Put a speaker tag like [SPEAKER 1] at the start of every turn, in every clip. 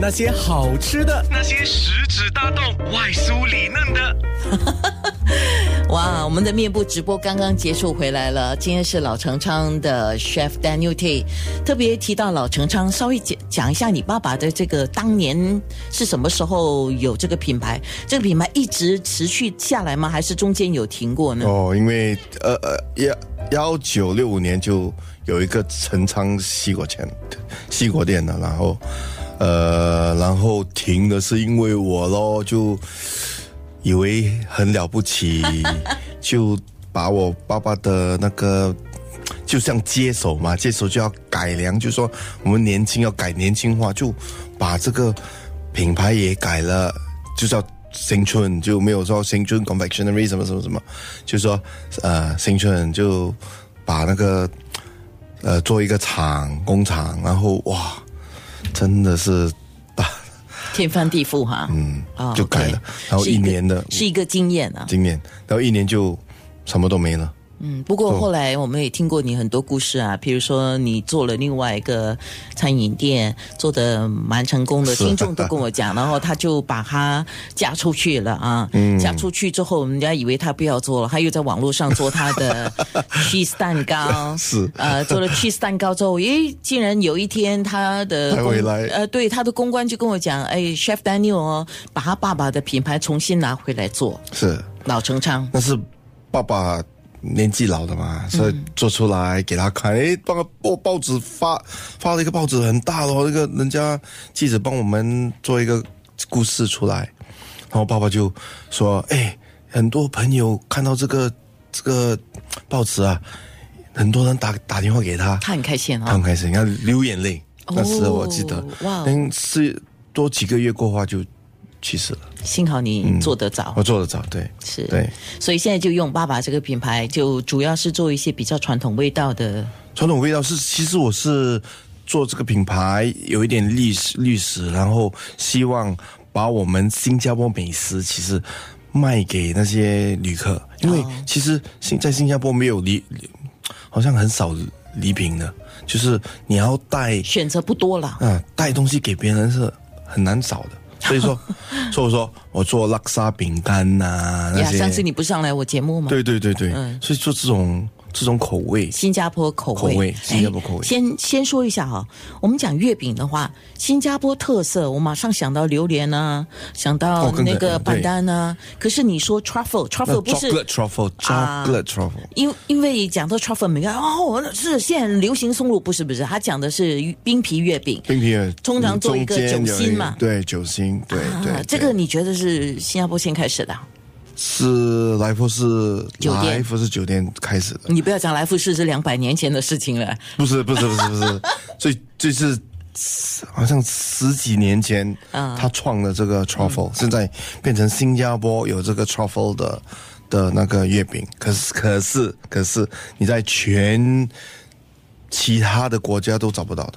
[SPEAKER 1] 那些好吃的。
[SPEAKER 2] 那些食指大动、外酥里嫩的。
[SPEAKER 3] 哇，我们的面部直播刚刚结束回来了。今天是老成昌的 Chef Daniel T，特别提到老成昌，稍微讲讲一下你爸爸的这个当年是什么时候有这个品牌？这个品牌一直持续下来吗？还是中间有停过呢？
[SPEAKER 4] 哦，因为呃呃幺幺九六五年就有一个陈昌西果店，西果店的，然后呃，然后停的是因为我咯，就以为很了 不起，就把我爸爸的那个。就像接手嘛，接手就要改良，就说我们年轻要改年轻化，就把这个品牌也改了，就叫新春，就没有说新春 confectionery 什么什么什么，就说呃新春就把那个呃做一个厂工厂，然后哇，真的是大
[SPEAKER 3] 天翻地覆哈，嗯啊
[SPEAKER 4] 就改了然后一年的
[SPEAKER 3] 是一个经验啊。
[SPEAKER 4] 今年，然后一年就什么都没了。
[SPEAKER 3] 嗯，不过后来我们也听过你很多故事啊，比如说你做了另外一个餐饮店，做的蛮成功的，
[SPEAKER 4] 是
[SPEAKER 3] 听众都跟我 讲，然后他就把它嫁出去了啊，
[SPEAKER 4] 嗯
[SPEAKER 3] 嫁出去之后，人家以为他不要做了，他又在网络上做他 的 cheese 蛋糕，
[SPEAKER 4] 是
[SPEAKER 3] 呃，做了 cheese 蛋糕之后，诶，竟然有一天他的
[SPEAKER 4] 他回来
[SPEAKER 3] 呃，对他的公关就跟我讲，哎，chef Daniel 哦，把他爸爸的品牌重新拿回来做
[SPEAKER 4] 是，
[SPEAKER 3] 老成昌，
[SPEAKER 4] 那是爸爸年纪老的嘛，
[SPEAKER 3] 嗯
[SPEAKER 4] 所以做出来给他看，诶，帮个报报纸发发了一个报纸很大哦咯，那个人家记者帮我们做一个故事出来，然后爸爸就说，诶，很多朋友看到这个这个报纸啊，很多人打打电话给他，
[SPEAKER 3] 他很开心
[SPEAKER 4] 他
[SPEAKER 3] 啊、
[SPEAKER 4] 很开心，他流眼泪。
[SPEAKER 3] 哦
[SPEAKER 4] 那时候我记得，
[SPEAKER 3] 哇哦
[SPEAKER 4] 但是多几个月过后他就去世了。
[SPEAKER 3] 幸好你做得早。
[SPEAKER 4] 我做得早，对，
[SPEAKER 3] 是
[SPEAKER 4] 嗯对。
[SPEAKER 3] 所以现在就用爸爸这个品牌，就主要是做一些比较传统味道的。
[SPEAKER 4] 传统味道是，其实我是做这个品牌有一点历史历史，然后希望把我们新加坡美食其实卖给那些旅客，因为
[SPEAKER 3] 哦
[SPEAKER 4] 其实新在新加坡没有礼，礼好像很少礼品的，就是你要带
[SPEAKER 3] 选择不多了，
[SPEAKER 4] 嗯，带东西给别人是很难找的。所 以说，所以我说我做拉沙饼干呐、那
[SPEAKER 3] 呀，
[SPEAKER 4] 些，
[SPEAKER 3] 上次你不是上嗯来我节目吗？
[SPEAKER 4] 对对对对，所以做这种这种口味，
[SPEAKER 3] 新加坡口味，
[SPEAKER 4] 口味
[SPEAKER 3] 哎
[SPEAKER 4] 新加坡口味
[SPEAKER 3] 先先说一下哈、我们讲月饼的话，新加坡特色，我马上想到榴莲啊，想到
[SPEAKER 4] 哦跟着
[SPEAKER 3] 那个
[SPEAKER 4] 对
[SPEAKER 3] 板丹啊。可是你说 truffle，truffle
[SPEAKER 4] 那
[SPEAKER 3] 不是
[SPEAKER 4] chocolate truffle
[SPEAKER 3] 啊
[SPEAKER 4] chocolate truffle，、
[SPEAKER 3] 因因为讲到 truffle，每个人哦是现在流行松露，不是不是，他讲的是冰皮月饼。
[SPEAKER 4] 冰皮尔
[SPEAKER 3] 通常做一个
[SPEAKER 4] 中间有
[SPEAKER 3] 酒心嘛
[SPEAKER 4] 对酒心，对、对
[SPEAKER 3] 啊，，
[SPEAKER 4] 对
[SPEAKER 3] 这个你觉得是新加坡先开始的啊、
[SPEAKER 4] 是来福士
[SPEAKER 3] 酒店
[SPEAKER 4] 来福士酒店开始的，
[SPEAKER 3] 你不要讲来福士是两百年前的事情了，
[SPEAKER 4] 不是不是不是 不是，最最是好像十几年前，
[SPEAKER 3] 啊
[SPEAKER 4] 他创的这个
[SPEAKER 3] 嗯
[SPEAKER 4] truffle，、现在变成新加坡有这个 truffle 的的那个月饼。可是可是可是你在全其他的国家都找不到的。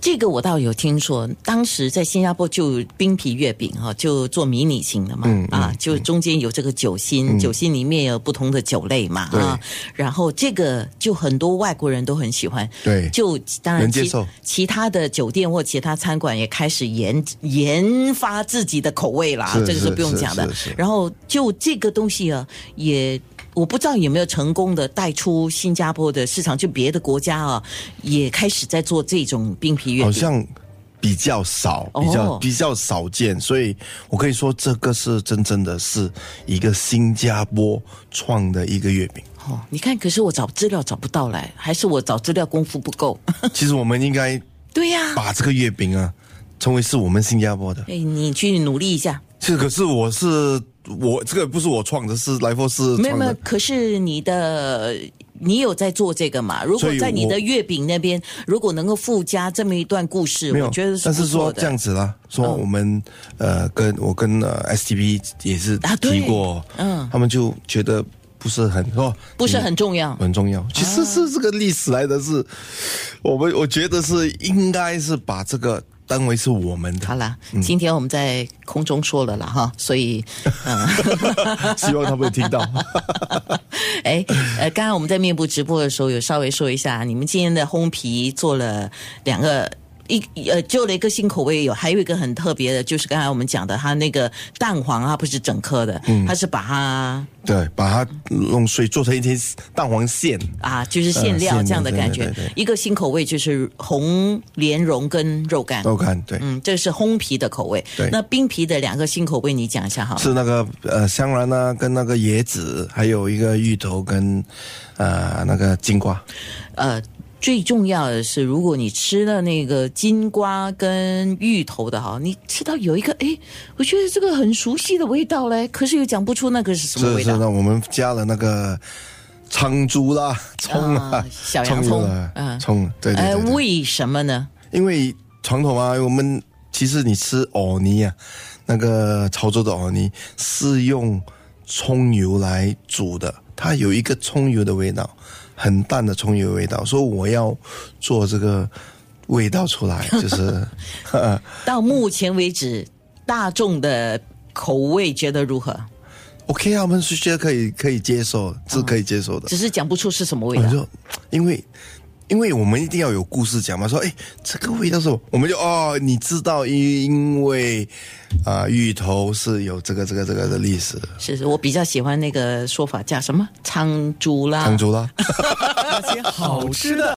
[SPEAKER 3] 这个我倒有听说。当时在新加坡就冰皮月饼哈、就做迷你型的嘛，
[SPEAKER 4] 嗯
[SPEAKER 3] 啊，就中间有这个酒心，酒心里面有不同的酒类嘛，
[SPEAKER 4] 对
[SPEAKER 3] 啊，然后这个就很多外国人都很喜欢，
[SPEAKER 4] 对
[SPEAKER 3] 就当然
[SPEAKER 4] 能接
[SPEAKER 3] 其
[SPEAKER 4] 受
[SPEAKER 3] 其他的酒店或其他餐馆也开始研研发自己的口味啦，
[SPEAKER 4] 是
[SPEAKER 3] 这个是
[SPEAKER 4] 是
[SPEAKER 3] 不用
[SPEAKER 4] 是
[SPEAKER 3] 讲的。
[SPEAKER 4] 是是
[SPEAKER 3] 然后就这个东西啊，也我不知道有没有成功的带出新加坡的市场，就别的国家啊，也开始在做这种冰皮月饼。
[SPEAKER 4] 好像比较少，比较、
[SPEAKER 3] 哦
[SPEAKER 4] 比较少见，所以我可以说这个是真正的是一个新加坡创的一个月 饼。
[SPEAKER 3] 哦，你看，可是我找资料找不到来，还是我找资料功夫不够。
[SPEAKER 4] 其实我们应该
[SPEAKER 3] 对呀、
[SPEAKER 4] 把这个月饼啊，成为是我们新加坡的。
[SPEAKER 3] 哎，你去努力一下。
[SPEAKER 4] 这可是我是我这个不是我创的，是来福士
[SPEAKER 3] 没有
[SPEAKER 4] 创
[SPEAKER 3] 没有
[SPEAKER 4] 的，。
[SPEAKER 3] 可是你的你有在做这个嘛？如果
[SPEAKER 4] 所以
[SPEAKER 3] 在你
[SPEAKER 4] 我
[SPEAKER 3] 的月饼那边，如果能够附加这么一段故事，
[SPEAKER 4] 没有，
[SPEAKER 3] 我觉得是
[SPEAKER 4] 但
[SPEAKER 3] 不
[SPEAKER 4] 是
[SPEAKER 3] 错
[SPEAKER 4] 说
[SPEAKER 3] 的。嗯
[SPEAKER 4] 这样子啦，说我们、呃，跟我跟呃 STP 也是
[SPEAKER 3] 啊对
[SPEAKER 4] 提过，
[SPEAKER 3] 嗯
[SPEAKER 4] 他们就觉得不是很说
[SPEAKER 3] 不是很重要
[SPEAKER 4] 很重要。其实是这个历史来的是，我们我觉得是应该是把这个当为是我们
[SPEAKER 3] 好
[SPEAKER 4] 的，
[SPEAKER 3] 啦，今天我们在空中说了啦哈，所以，呃
[SPEAKER 4] 希望他们听到。
[SPEAKER 3] 哎，呃，刚刚我们在面部直播的时候有稍微说一下，你们今天的烘皮做了两个一呃，就了一个新口味有，还有一个很特别的，就是刚才我们讲的，它那个蛋黄啊它不是整颗的，
[SPEAKER 4] 嗯
[SPEAKER 3] 它是把它
[SPEAKER 4] 对，把它弄碎，做成一些蛋黄馅。
[SPEAKER 3] 啊，就是馅料
[SPEAKER 4] 呃馅料
[SPEAKER 3] 这样的感觉。
[SPEAKER 4] 对对对
[SPEAKER 3] 一个新口味就是红莲蓉跟肉干，
[SPEAKER 4] 肉干对，
[SPEAKER 3] 嗯，这是烘皮的口味。
[SPEAKER 4] 哦对
[SPEAKER 3] 那冰皮的两个新口味你讲一下哈。
[SPEAKER 4] 是那个呃香兰呢、跟那个椰子，还有一个芋头跟呃那个金瓜。
[SPEAKER 3] 呃，最重要的是，如果你吃了那个金瓜跟芋头的哈，你吃到有一个诶，我觉得这个很熟悉的味道嘞，可是又讲不出那个是什么
[SPEAKER 4] 是
[SPEAKER 3] 味
[SPEAKER 4] 是，
[SPEAKER 3] 道。
[SPEAKER 4] 那我们加了那个苍猪啦、葱啊
[SPEAKER 3] 啊、小洋葱
[SPEAKER 4] 油啦
[SPEAKER 3] 嗯
[SPEAKER 4] 葱，对对
[SPEAKER 3] 哎
[SPEAKER 4] 对对
[SPEAKER 3] 为什么呢？
[SPEAKER 4] 因为传统啊，我们其实你吃藕泥啊，那个潮州的藕泥是用葱油来煮的，它有一个葱油的味道，很淡的葱油味道，所以我要做这个味道出来，就是。
[SPEAKER 3] 到目前为止，大众的口味觉得如何？
[SPEAKER 4] OK 啊，他们是觉得可以可以接受，是可以接受的。
[SPEAKER 3] 只是讲不出是什么味
[SPEAKER 4] 我
[SPEAKER 3] 道。
[SPEAKER 4] 哦啊说，因为因为我们一定要有故事讲嘛，说哎，这个味道是什么，我们就哦，你知道，因因为啊、芋头是有这个这个这个的历史的，
[SPEAKER 3] 是是，我比较喜欢那个说法，叫什么“苍猪啦”。
[SPEAKER 4] 长竹啦。
[SPEAKER 1] 那些好吃的。